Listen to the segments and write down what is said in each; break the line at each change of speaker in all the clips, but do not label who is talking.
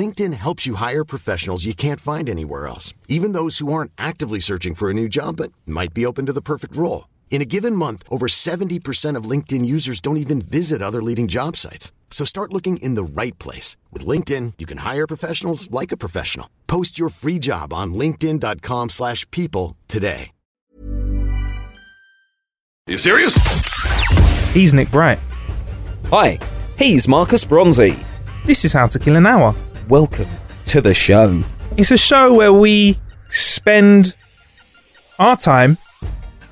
LinkedIn helps you hire professionals you can't find anywhere else, even those who aren't actively searching for a new job but might be open to the perfect role. In a given month, over 70% of LinkedIn users don't even visit other leading job sites. So start looking in the right place. With LinkedIn, you can hire professionals like a professional. Post your free job on linkedin.com slash people today.
Are you serious?
He's Nick Bright.
Hi, he's Marcus Bronzy.
This is How to Kill an Hour.
Welcome to the show.
It's a show where we spend our time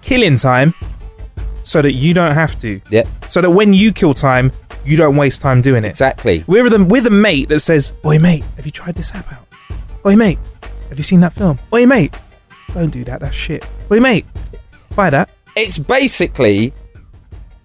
killing time so that you don't have to.
Yep,
So that when you kill time, you don't waste time doing it.
exactly.
We're the, we're the mate that says, Oi, mate, have you tried this app out? Oi, mate, have you seen that film? Oi, mate, don't do that, that's shit. Oi, mate, buy that.
It's basically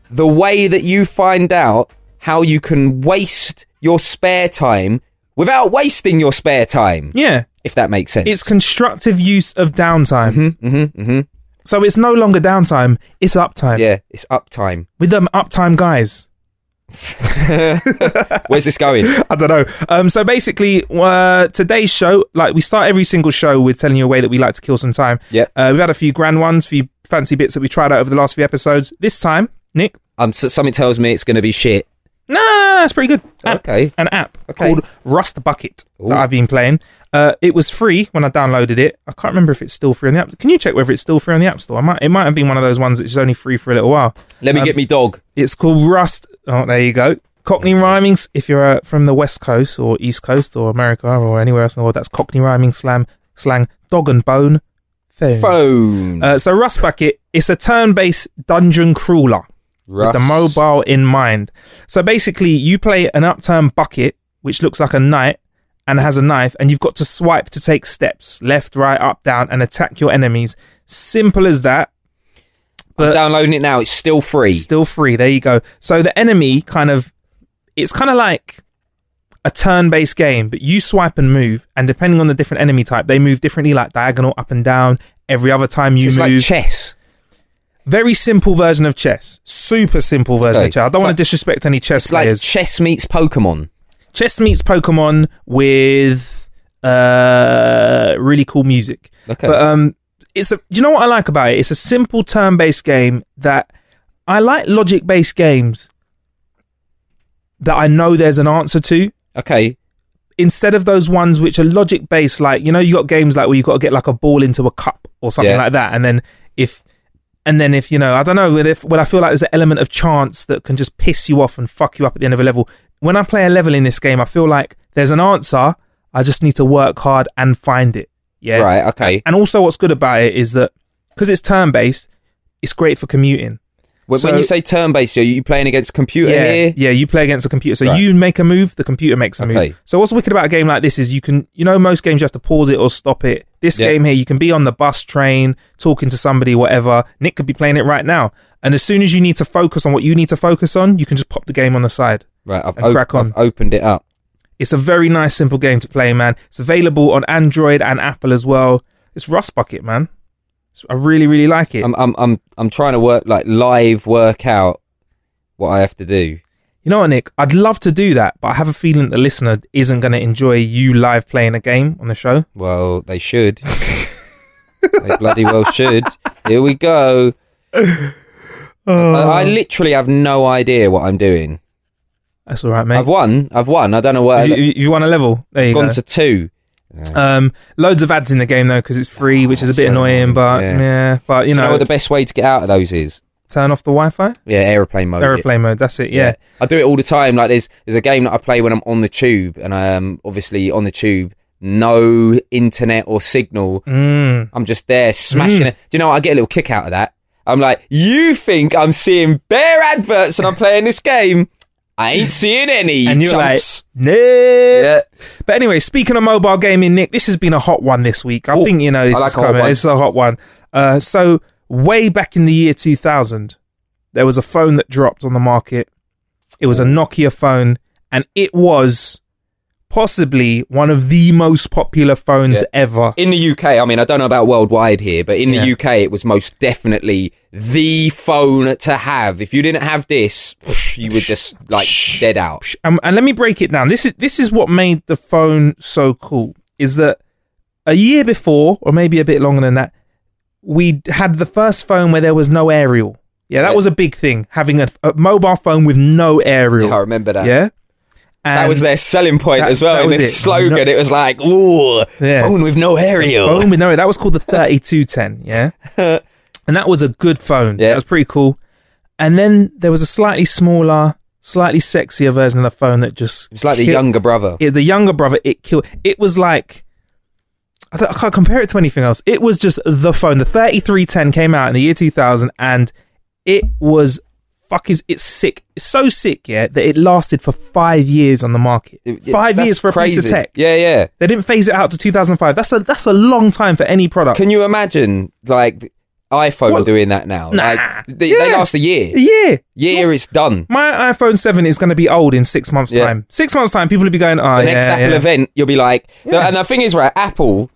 the way that you find out how you can waste your spare time without wasting your spare time,
Yeah.
if that makes sense.
It's constructive use of downtime.
hmm hmm
So it's no longer downtime, it's uptime.
Yeah, it's uptime.
With them uptime guys.
Where's this going?
I don't know. Um, so basically, uh, today's show, like we start every single show with telling you a way that we like to kill some time.
Yep.
Uh, we've had a few grand ones, few fancy bits that we tried out over the last few episodes. This time, Nick,
Um, so something tells me it's going to be shit.
no, no, no, no, it's pretty good. An-
Okay.
An app
Okay.
called Rust Bucket
Ooh.
that I've been playing. Uh, it was free when I downloaded it. I can't remember if it's still free on the app. Can you check whether it's still free on the app store? I might. It might have been one of those ones that's only free for a little while.
Let me
Um,
get me dog.
It's called Rust. Oh, there you go. Cockney rhyming. s- If you're uh, from the West Coast or East Coast or America or anywhere else in the world, that's Cockney rhyming slang. Slang dog and bone. Phone.
Phone.
Uh, so Rust Bucket. It's a turn-based dungeon crawler with the
Rust.
mobile in mind. So basically, you play an upturned bucket which looks like a knight and has a knife, and you've got to swipe to take steps left, right, up, down, and attack your enemies. Simple as that.
I'm downloading it now. It's still free.
Still free. There you go. So the enemy kind of, it's kind of like a turn-based game, but you swipe and move, and depending on the different enemy type, they move differently, like diagonal, up and down. Every other time you
it's
move,
like chess.
very simple version of chess. Super simple version
Okay.
of chess. I don't
It's
want
like-
to disrespect any chess
It's like
players.
chess meets Pokemon.
chess meets Pokemon with uh really cool music.
Okay.
But um it's a do you know what I like about it? It's a simple turn based game that I like logic based games that I know there's an answer to.
Okay.
Instead of those ones which are logic based, like you know, you got games like where you've got to get like a ball into a cup or something
Yeah.
like that, and then if and then if you know, I don't know, with if when I feel like there's an element of chance that can just piss you off and fuck you up at the end of a level. When I play a level in this game, I feel like there's an answer. I just need to work hard and find it. Yeah. Uh,
Right. Okay.
And also, what's good about it is that because it's turn based, it's great for commuting.
When,
so-
when you say turn-based, are you playing against computer
yeah,
here?
yeah. You play against a computer, so
Right.
you make a move, the computer makes a
Okay.
move. So what's wicked about a game like this is you can, you know, most games you have to pause it or stop it. This
Yeah.
game here, you can be on the bus, train, talking to somebody, whatever. Nick could be playing it right now, and as soon as you need to focus on what you need to focus on, you can just pop the game on the side.
Right. I've,
And crack on.
I've opened it up.
It's a very nice, simple game to play, man. It's available on Android and Apple as well. It's Rust Bucket, man. It's- I really, really like it.
I'm, I'm, I'm, I'm trying to work like live work out what I have to do.
You know what, Nick? I'd love to do that, but I have a feeling the listener isn't going to enjoy you live playing a game on the show.
Well, they should. they bloody well should. Here we go. I,
Oh,
I literally have no idea what I'm doing.
That's all right, mate.
I've won. I've won. I don't know what.
Have you,
I've
you- you won a level. There you
gone
go.
to two.
um, loads of ads in the game though, because it's free, which is a bit
so
annoying.
annoying,
But
yeah.
yeah, but you
You know
know,
what the best way to get out of those is?
turn off the Wi-Fi.
Oh, Yeah, aeroplane mode.
Airplane mode. That's it. Yeah.
I do it all the time. Like there's there's a game that I play when I'm on the tube, and um, obviously on the tube, no internet or signal.
Mm.
I'm just there smashing
Mm.
it. Do you know what? I get a little kick out of that. I'm like, you think I'm seeing bare adverts and I'm playing this game? I ain't seeing any.
And
you
you're
chumps.
like, no.
yeah.
But anyway, speaking of mobile gaming, Nick, this has been a hot one this week. I
Ooh,
think you know this
I like
is
a hot
coming.
one.
This is a hot one. Uh, so way back in the year 2000, there was a phone that dropped on the market. It
Oh.
was a Nokia phone, and it was possibly one of the most popular phones
Yeah.
ever.
In the UK, I mean, I don't know about worldwide here, but in the
Yeah.
UK, it was most definitely the phone to have. If you didn't have this, you were just like dead out.
Um, and let me break it down. This is this is what made the phone so cool. Is that a year before, or maybe a bit longer than that, we d- had the first phone where there was no aerial. Yeah, that
Yeah.
was a big thing. Having a, a mobile phone with no aerial.
I remember that.
Yeah,
That
And
was their selling point
That-
as well.
that
in
was
their
it.
slogan,
No-
it was like, "Ooh,
Yeah.
phone with no aerial."
phone with no. That was called the thirty-two ten. Yeah, and that was a good phone.
Yeah.
that was pretty cool. And then there was a slightly smaller, slightly sexier version of the phone that just
It's like the
killed-
younger brother.
it, the younger brother, it killed. It was like I, don't- I can't compare it to anything else. It was just the phone. The 3310 came out in the year 2000, and it was fuck is it's sick. It's so sick, yeah, that it lasted for five years on the market.
It- it-
five
that's
years for a piece
crazy.
of tech.
Yeah, yeah.
They didn't phase it out to 2005. That's a that's a long time for any product.
Can you imagine like the iPhone
Well,
doing that now?
nah.
Like, they, they
Yeah.
last a year.
a year.
Year it's done.
My iPhone 7 is going to be old in six months'
Yeah.
time. Six months' time, people will be going, oh,
The next
yeah,
Apple
yeah.
event, you'll be like,
Yeah.
and the thing is, right? Apple.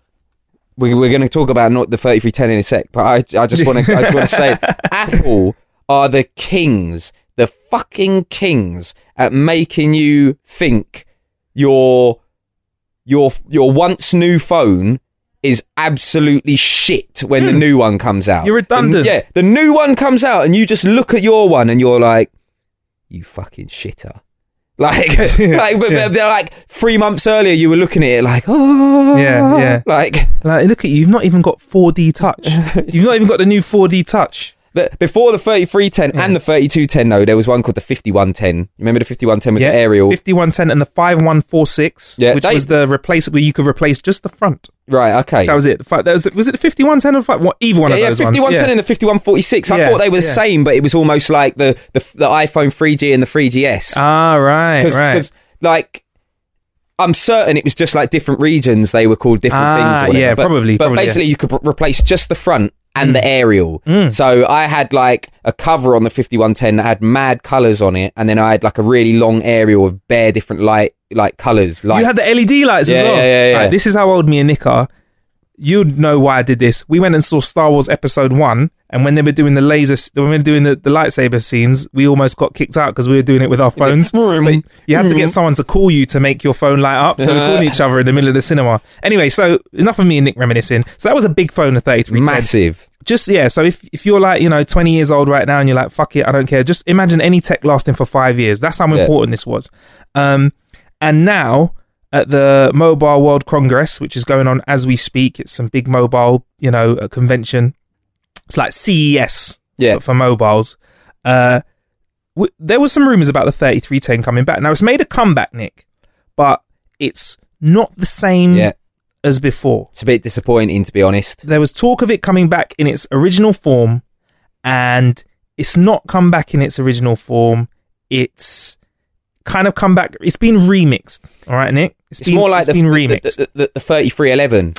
We, we're going to talk about not the 3310 in a sec, but I, I just want to I just want to say, Apple are the kings, the fucking kings at making you think your your your once new phone is absolutely shit when the new one comes out.
You're
The-
redundant.
yeah, the new one comes out and you just look at your one and you're like, you fucking shitter. Like, like, but,
Yeah.
but they're like three months earlier. You were looking at it like, oh,
Yeah, yeah.
Like,
Like, look at you. You've not even got 4D touch. You've not even got the new 4D touch.
but before the thirty-three ten
Yeah.
and the thirty-two ten, though, there was one called the fifty-one ten. Remember the fifty-one ten with the aerial?
5110 and the 5146,
Yeah,
which
they-
was the replace where you could replace just the front.
right. Okay.
That was it. The fi- That was, was it the 5110 or the fi- what, either one
yeah,
of
yeah,
those ones?
fifty-one ten and the fifty-one forty-six. I
Yeah,
thought they were the
yeah.
same, but it was almost like the the, the iPhone three G and the three GS.
Ah, right,
because
right.
like I'm certain it was just like different regions they were called different
Ah,
things. Or whatever.
yeah, Mm.
but,
probably,
But
probably,
basically, you could re- replace just the front and the aerial. So I had like a cover on the 5110 that had mad colors on it, and then I had like a really long aerial of bare different light like colors. Lights.
You had the LED lights
Yeah,
as well.
yeah, yeah, yeah.
Right, this is how old me and Nick are. You'd know why I did this. We went and saw Star Wars Episode One, and when they were doing the laser, when we were doing the, the lightsaber scenes, we almost got kicked out because we were doing it with our phones.
Mm.
But you had to get someone to call you to make your phone light up, so we're calling each other in the middle of the cinema. Anyway, so enough of me and Nick reminiscing. So that was a big phone, the thirty-three.
massive.
Just yeah. So if if you're like you know twenty years old right now and you're like fuck it, I don't care. Just imagine any tech lasting for five years. That's how
Yeah.
important this was. Um, and now at the Mobile World Congress, which is going on as we speak, it's some big mobile you know uh, convention. It's like CES
Yeah.
but for mobiles. Uh, w- there was some rumors about the 3310 coming back. Now it's made a comeback, Nick, but it's not the same
Yeah,
as before.
it's a bit disappointing to be honest.
There was talk of it coming back in its original form, and it's not come back in its original form. It's kind of come back. It's been remixed. All right, Nick.
It's more like
it's
the,
been
the,
remixed.
the, the, the 3311.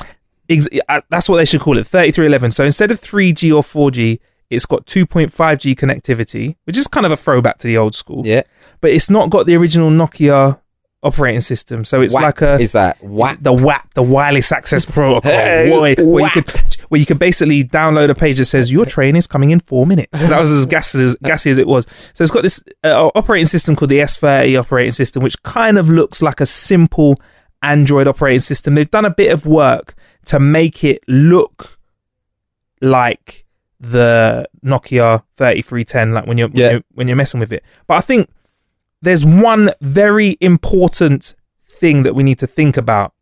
Ex- uh, that's what they should call it 3311 so instead of 3g or 4g it's got 2.5g connectivity which is kind of a throwback to the old school
Yeah,
but it's not got the original nokia operating system so it's
WAP
like a
is that WAP?
the WAP, the wireless access protocol,
Hey,
boy, where you
WAP.
could where you could basically download a page that says your train is coming in four minutes. That was as gassy as, gassy as it was. So it's got this uh, operating system called the S30 operating system, which kind of looks like a simple Android operating system. They've done a bit of work to make it look like the Nokia 3310, like when you're,
Yeah.
when you're when you're messing with it. But I think there's one very important thing that we need to think about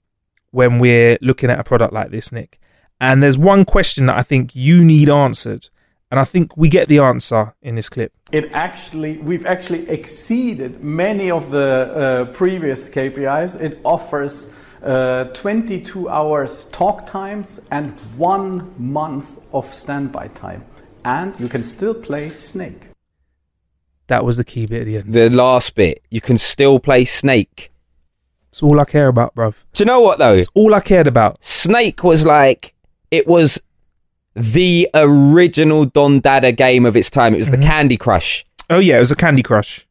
when we're looking at a product like this, Nick. And there's one question that I think you need answered, And I think we get the answer in this clip.
it actually we've actually exceeded many of the uh, previous KPIs. It offers uh, 22 hours talk times and one month of standby time, and you can still play Snake.
That was the key bit at the end.
The last bit, you can still play Snake.
It's all I care about, bruv.
Do you know what though?
It's all I cared about.
Snake was like it was the original Don Dada game of its time. It was the
Mm-hmm.
Candy Crush.
Oh yeah, it was a Candy Crush.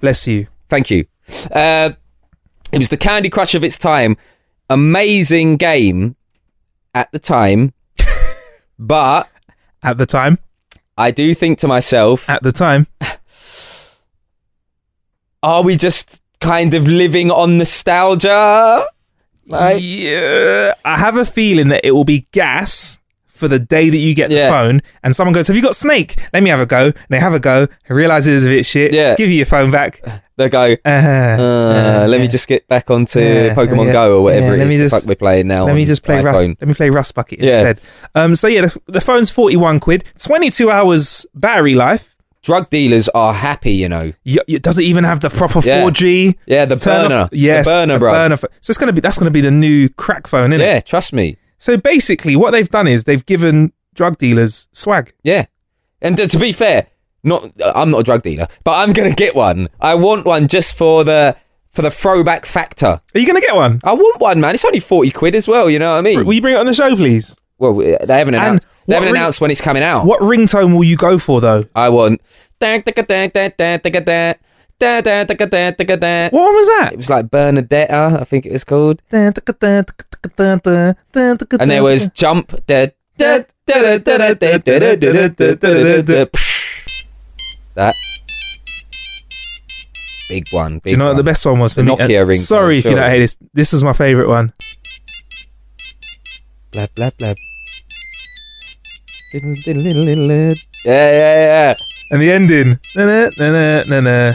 Bless you.
Thank you. Uh, it was the Candy Crush of its time. Amazing game at the time, but
At the time,
I do think to myself,
at the time,
are we just kind of living on nostalgia? Like,
yeah, I have a feeling that it will be gas for the day that you get the
Yeah.
phone, and someone goes, "Have you got Snake? Let me have a go." And they have a go, and realize it is a bit shit.
Yeah.
give you your phone back.
they go.
Uh,
Uh, let me just get back onto
Yeah,
Pokemon
yeah,
Go or whatever
yeah,
it
let
is
me
the
just-
fuck we're playing now.
Let me
on
just play Rust.
iPhone.
Let me play Rust Bucket
Yeah.
instead. Um, so yeah, the, the phone's forty-one quid, twenty-two hours battery life.
Drug dealers are happy, you know.
Y- y- does it even have the proper
Yeah.
four G?
Yeah, the burner. It's the
yes,
burner, bruv.
burner pho- So it's gonna be that's gonna be the new crack phone, isn't it?
Yeah, trust me.
So basically, what they've done is they've given drug dealers swag.
Yeah. And to be fair, not I'm not a drug dealer, but I'm gonna get one. I want one just for the for the throwback factor.
Are you gonna get one?
I want one, man. It's only forty quid as well. You know what I mean?
Will you bring it on the show, please?
well, we- they haven't
And
announced. They
what
haven't
re-
announced when it's coming out.
What ringtone will you go for though?
I want. It
What one was that?
was like Bernadetta, I think it was called. and there was jump. That big one. Big
Do you know what the
one.
best one was for
The
me?
Nokia
Uh,
ringtone,
Sorry if you don't
surely.
hate this. This was my favorite one.
Blah blah blah. Yeah yeah
And the ending. Na-na, na-na, na-na.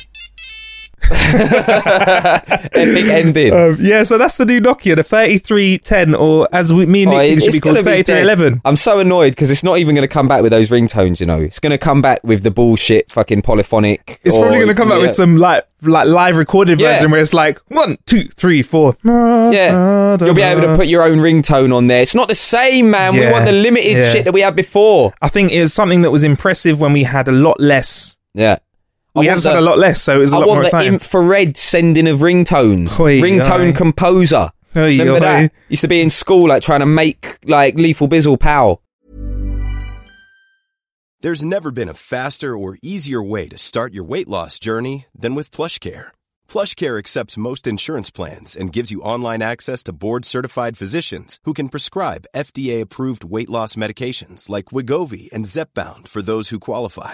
yeah. Epic ending.
Um, yeah, so that's the new Nokia, the 3310, or as we, me and Nick
Oh,
think it should be
it's
called,
gonna be dead.
3311.
I'm so annoyed because it's not even going to come back with those ringtones. You know, it's going to come back with the bullshit fucking polyphonic.
It's
or-
probably going to come out with
yeah.
some like like live recorded
Oh, Yeah.
version where it's like one, two, three, four.
Yeah, you'll be able to put your own ringtone on there. It's not the same, man. We
Yeah,
want the limited
yeah.
shit that we had before.
I think it was something that was impressive when we had a lot less.
Yeah, I
We
want
have had
the-
a lot less, so it was a
I
lot
want
more
the
exciting.
infrared sending of ringtones.
Oi,
Ringtone
aye.
composer.
Oi,
Remember
oi.
that? Used to be in school, like trying to make like Lethal Bizzle pow.
There's never been a faster or easier way to start your weight loss journey than with PlushCare. PlushCare accepts most insurance plans and gives you online access to board-certified physicians who can prescribe FDA-approved weight loss medications like Wigovi and Zepbound for those who qualify.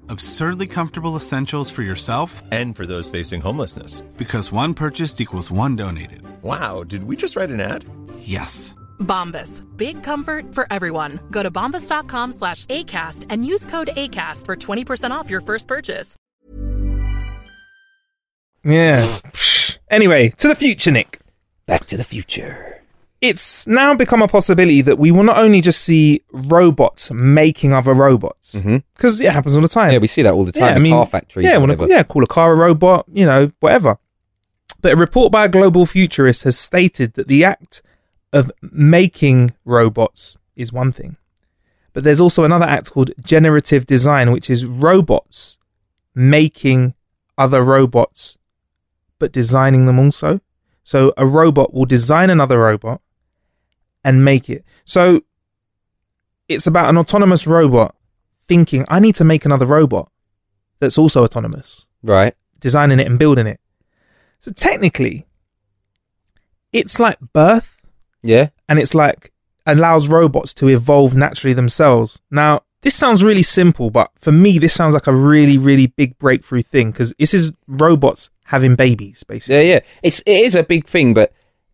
Absurdly comfortable essentials for yourself
And for those facing homelessness.
because one purchased equals one donated.
Wow, did we just write an ad?
Yes.
Bombas. Big comfort for everyone. Go to bombas.com slash ACAST and use code ACAST for 20% off your first purchase.
Yeah. anyway, to the future, Nick.
Back to the Future.
It's now become a possibility that we will not only just see robots making other robots, because it happens all the time.
Mm-hmm. Yeah, we see that all the time.
Yeah, I mean,
car factories.
Yeah,
and
wanna-
whatever.
yeah, call a car a robot, you know, whatever. But a report by a global futurist has stated that the act of making robots is one thing, But there's also another act called generative design, which is robots making other robots, but designing them also. So a robot will design another robot and make it. So it's about an autonomous robot thinking, I need to make another robot that's also autonomous,
Right.
designing it and building it. So technically, it's like birth
Yeah.
and it's like allows robots to evolve naturally themselves. Now, this sounds really simple, but for me, this sounds like a really, really big breakthrough thing because this is robots having babies, basically.
Yeah, yeah. It's it is a big thing, but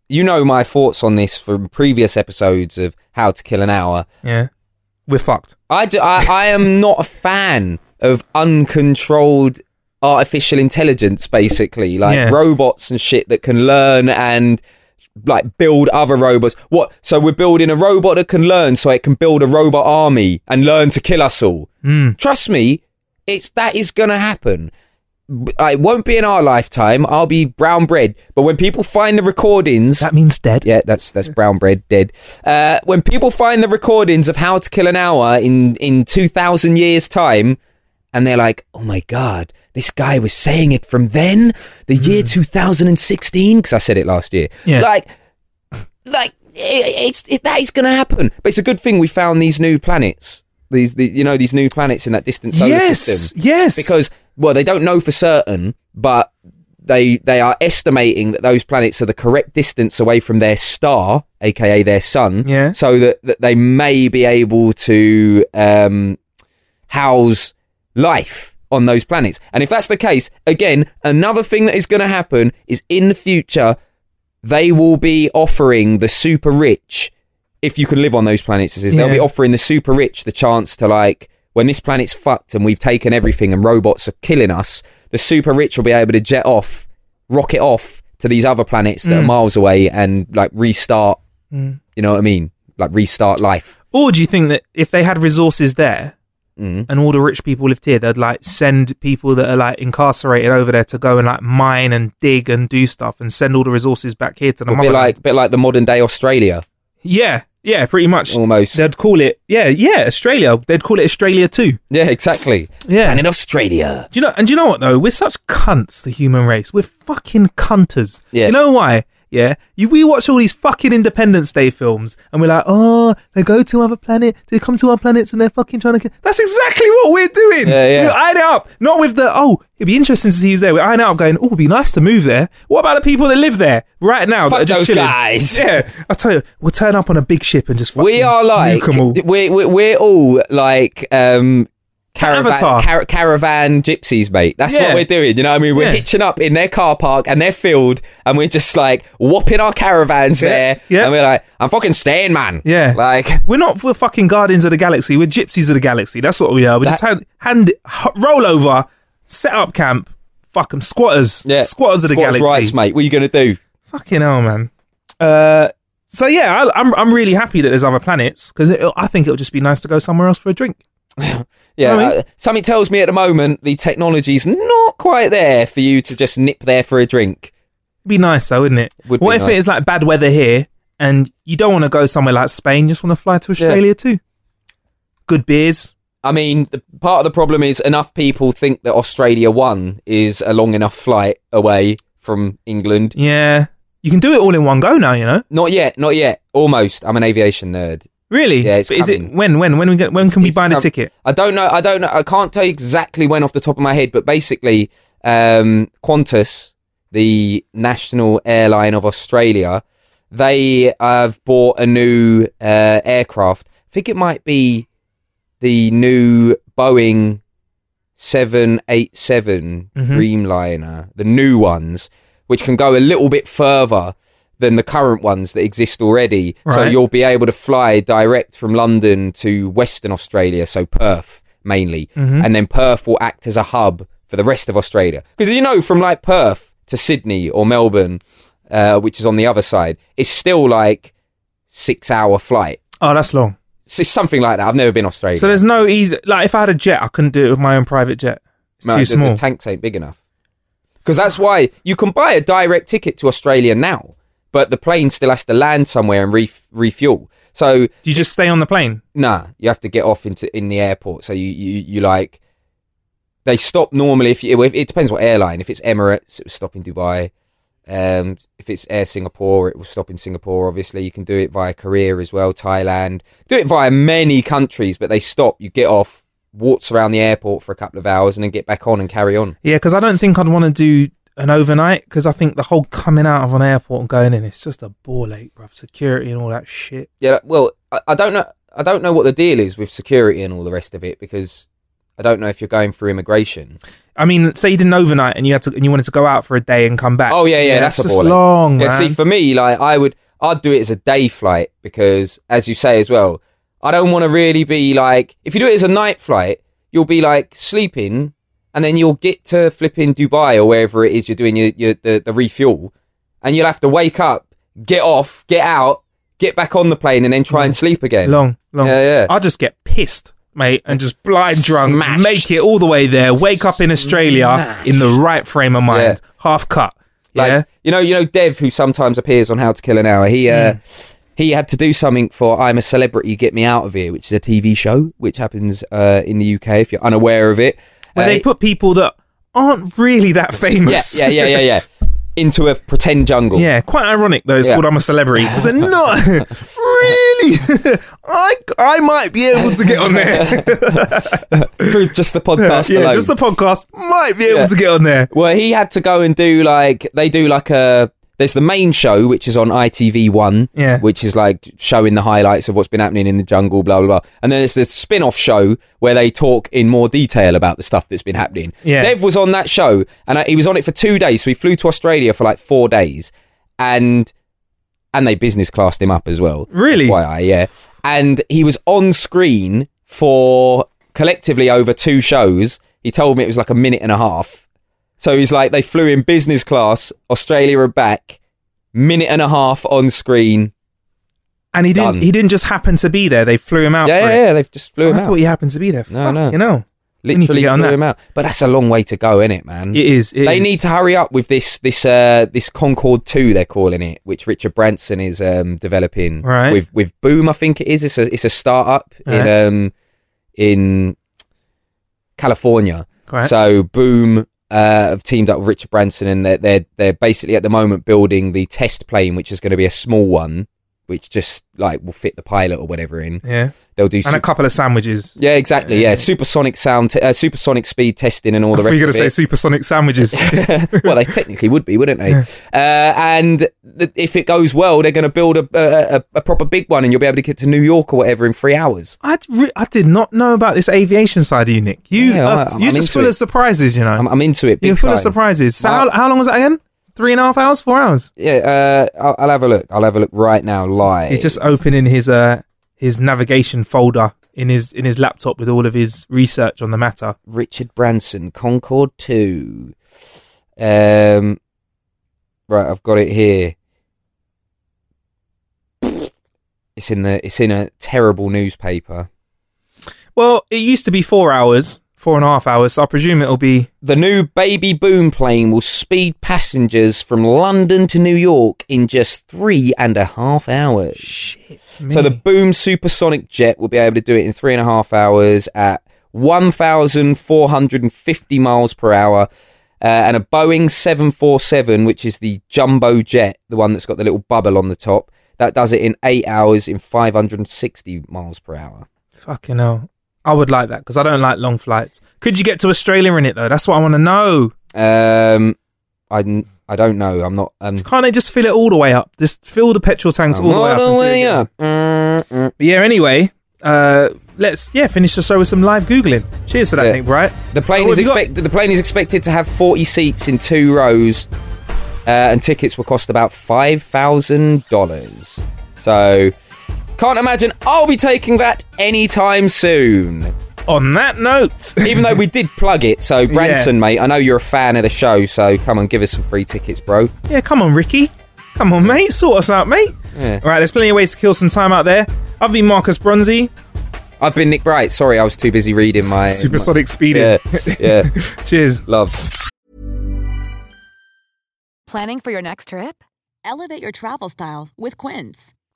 you know my thoughts on this from previous episodes of How to Kill an Hour.
Yeah. We're fucked.
I, do, I, I am not a fan of uncontrolled artificial intelligence, basically, like
Yeah.
robots and shit that can learn and like build other robots. What? So we're building a robot that can learn, so it can build a robot army and learn to kill us all. Trust me, it's that is gonna happen. B- It won't be in our lifetime. I'll be brown bread. But when people find the recordings,
That means dead.
yeah, that's that's brown bread dead. Uh, when people find the recordings of How to Kill an Hour in in two thousand years time, and they're like, "Oh my god, this guy was saying it from then, the year two thousand and sixteen, because I said it last year."
Hmm. Yeah.
Like, like it, it's it, that is going to happen. But it's a good thing we found these new planets. These the, you know these new planets in that distant solar
yes.
system
Yes.
because well they don't know for certain but they they are estimating that those planets are the correct distance away from their star aka their sun
Yeah.
so that, that they may be able to um house life on those planets and if that's the case again another thing that is going to happen is in the future they will be offering the super rich if you can live on those planets is they'll
Yeah.
be offering the super rich the chance to like when this planet's fucked and we've taken everything and robots are killing us the super rich will be able to jet off rocket off to these other planets that are
Mm.
miles away and like restart you know what i mean like restart life
Or do you think that if they had resources there
Mm.
and all the rich people lived here, they'd like send people that are like incarcerated over there to go and like mine and dig and do stuff and send all the resources back here to the
a bit
motherland?
like bit like the modern day australia
yeah, yeah, pretty much.
Almost.
They'd call it, yeah, yeah, Australia. They'd call it Australia too.
yeah exactly
Yeah.
and in australia
Do you know? And do you know what though? We're such cunts, the human race. We're fucking cunters.
Yeah.
You know why? Yeah. You, we watch all these fucking Independence Day films, and we're like, oh, they go to other planet, they come to our planets, and they're fucking trying to. ki-" That's exactly what we're doing.
Yeah, yeah.
We're eyeing it up, not with the oh, it'd be interesting to see who's there. We're eyeing it up, going, oh, it'd be nice to move there. What about the people that live there right now?
Fuck
that are just
those
chilling?
guys.
Yeah. I tell you, we'll turn up on a big ship and just fucking
we are like
nuke 'em all.
we're, we're, we're all like um caravan
Avatar.
car- caravan gypsies mate that's
Yeah.
what we're doing you know what i mean we're
Yeah.
hitching up in their car park and their field and we're just like whopping our caravans
Yeah,
there
yeah.
and we're like i'm fucking staying man
Yeah.
like
We're not we're fucking Guardians of the Galaxy. We're Gypsies of the Galaxy. That's what we are. We just hand, hand h- roll over, set up camp. Fuck 'em. squatters.
yeah
squatters of the
Squatters'
galaxy.
rights mate what are you gonna do
Fucking hell, man. Uh, so yeah, I, I'm I'm really happy that there's other planets because I think it'll just be nice to go somewhere else for a drink.
yeah
I mean-
uh, something tells me at the moment the technology's not quite there for you to just nip there for a drink
It'd be nice though, wouldn't it?
Would
what
be
if it
nice.
is like bad weather here and you don't want to go somewhere like Spain? You just want to fly to Australia too. Good beers.
I mean, the, part of the problem is enough people think that Australia one is a long enough flight away from England.
Yeah, you can do it all in one go now. You know.
Not yet, not yet. Almost. I'm an aviation nerd.
Really?
Yeah, it's
but is it
coming.
when when when we get when can we
It's
buy the
com-
ticket?
I don't know. I don't know. I can't tell you exactly when off the top of my head, but basically, um, Qantas, the national airline of Australia, they have bought a new uh, aircraft. I think it might be the new Boeing 787
Mm-hmm.
Dreamliner, the new ones, which can go a little bit further than the current ones that exist already. So
Right.
you'll be able to fly direct from London to Western Australia, so Perth mainly,
Mm-hmm.
and then Perth will act as a hub for the rest of Australia. Because you know, from like Perth to Sydney or Melbourne, uh, which is on the other side, it's still like six-hour flight.
Oh, that's long.
It's it's something like that. I've never been Australia.
So there's no easy like if I had a jet, I couldn't do it with my own private jet. It's
No,
too
the,
small.
The tanks ain't big enough. Because that's why you can buy a direct ticket to Australia now, but the plane still has to land somewhere and re- refuel. So
Do you just stay on the plane?
nah, you have to get off into in the airport. So you you, you like they stop normally if you if, it depends what airline. If it's Emirates, it will stop in Dubai. Um, if it's Air Singapore, it will stop in Singapore. Obviously, you can do it via Korea as well, Thailand. Do it via many countries, but they stop. You get off, waltz around the airport for a couple of hours, and then get back on and carry on.
Yeah, because I don't think I'd want to do an overnight because I think the whole coming out of an airport and going in, it's just a ball ache, bruv. Security and all that shit.
Yeah, like, well, I, I don't know. I don't know what the deal is with security and all the rest of it because I don't know if you're going through immigration.
I mean, say you did an overnight and you had to and you wanted to go out for a day and come back.
Oh yeah, yeah, that's
it's
a
just
ball. ache.
long,
Yeah,
man.
see, for me, like I would, I'd do it as a day flight because, as you say as well, I don't want to really be like. If you do it as a night flight, you'll be like sleeping, and then you'll get to flipping Dubai or wherever it is you're doing your, your the, the refuel, and you'll have to wake up, get off, get out, get back on the plane, and then try and sleep again.
Mm. long, long.
Yeah, yeah.
I just get pissed, mate, and just blind drunk,
Smashed.
make it all the way there, wake up in Australia in the right frame of mind,
Yeah.
half cut.
Like
yeah,
you know, you know Dev, who sometimes appears on How to Kill an Hour. He uh,
Hmm.
he had to do something for "I'm a Celebrity, Get Me Out of Here," which is a TV show which happens uh, in the UK. If you're unaware of it,
where
Uh,
they put people that aren't really that
yeah,
famous.
yeah, yeah, yeah, yeah, into a pretend jungle.
Yeah, quite ironic though. It's
Yeah.
called "I'm a Celebrity" because they're not really. I I might be able to get on there.
Through just the podcast
yeah,
alone.
just the podcast might be able
Yeah.
to get on there.
Well, he had to go and do like they do like a. There's the main show which is on ITV One,
Yeah.
which is like showing the highlights of what's been happening in the jungle, blah blah blah. And then there's this spin-off show where they talk in more detail about the stuff that's been happening.
Yeah.
Dev was on that show, and I, he was on it for two days. So he flew to Australia for like four days, and and they business classed him up as well.
Really?
FYI, yeah. And he was on screen for collectively over two shows. He told me it was like a minute and a half. So he's like, they flew in business class, Australia and back, minute and a half on screen.
And he didn't.
Done.
He didn't just happen to be there. They flew him out.
Yeah,
for
yeah,
it.
yeah, they've just flew him
I thought
out.
he happened to be there.
No,
No,
no.
no. You know, need to
Literally
get on
flew
that.
him out. But that's a long way to go, innit, man?
it is. it
they
is.
need to hurry up with this this uh this Concorde two they're calling it, which Richard Branson is um developing
Right.
with with Boom. I think it is. It's a it's a startup
Right.
in um in California.
Right.
So Boom uh, have teamed up with Richard Branson, and they're they're they're basically at the moment building the test plane, which is going to be a small one, which just like will fit the pilot or whatever in.
Yeah,
They'll do.
and a
sup-
couple of sandwiches.
yeah, exactly. Yeah, supersonic sound, te- uh, supersonic speed testing, and all the
I thought
rest.
you were
of
gonna say
it.
supersonic sandwiches.
well, they technically would be, wouldn't they? Uh, and th- if it goes well, they're going to build a, a, a, a proper big one, and you'd be able to get to New York or whatever in three hours.
I, re- I did not know about this aviation side of you, Nick. You
Yeah,
are,
I'm- I'm
you're just
into
full
it.
of surprises. You know,
I'm, I'm into it. Big
you're full of
time.
surprises. So
Well-
how, how long was that again? Three and a half hours, four hours.
Yeah, uh, I'll, I'll have a look. I'll have a look right now, live.
He's just opening his uh his navigation folder in his in his laptop with all of his research on the matter.
Richard Branson, Concorde Two. Um, right, I've got it here. It's in the. It's in a terrible newspaper.
Well, it used to be four hours, four and a half hours. So I presume it'll be
The new baby boom plane will speed passengers from London to New York in just three and a half hours.
shit.
So the boom supersonic jet will be able to do it in three and a half hours at 1,450 miles per hour. Uh, and a Boeing 747, which is the jumbo jet, the one that's got the little bubble on the top, that does it in eight hours in 560 miles per hour.
fucking hell. I would like that because I don't like long flights. Could you get to Australia in it though? That's what I want to know.
Um, I, n- I don't know. I'm not. Um,
Can't they just fill it all the way up? Just fill the petrol tanks all the way up. and see it again?
up.
But yeah. Anyway, uh, let's yeah finish the show with some live googling. Cheers for that,
Yeah.
Nick. Right.
The plane
What
is
Oh, have you got?
expected. The plane is expected to have forty seats in two rows, uh, and tickets will cost about five thousand dollars. So, can't imagine I'll be taking that anytime soon.
On that note.
Even though we did plug it, so Branson, mate, I know you're a fan of the show, so come on, give us some free tickets, bro.
Yeah, come on, Ricky. Come on, mate. Sort us out, mate.
Yeah.
All right, there's plenty of ways to kill some time out there. I've been Marcus Bronzy,
I've been Nick Bright. Sorry, I was too busy reading my
supersonic
my-
speeding.
yeah, yeah.
Cheers.
Love.
Planning for your next trip? Elevate your travel style with Quince.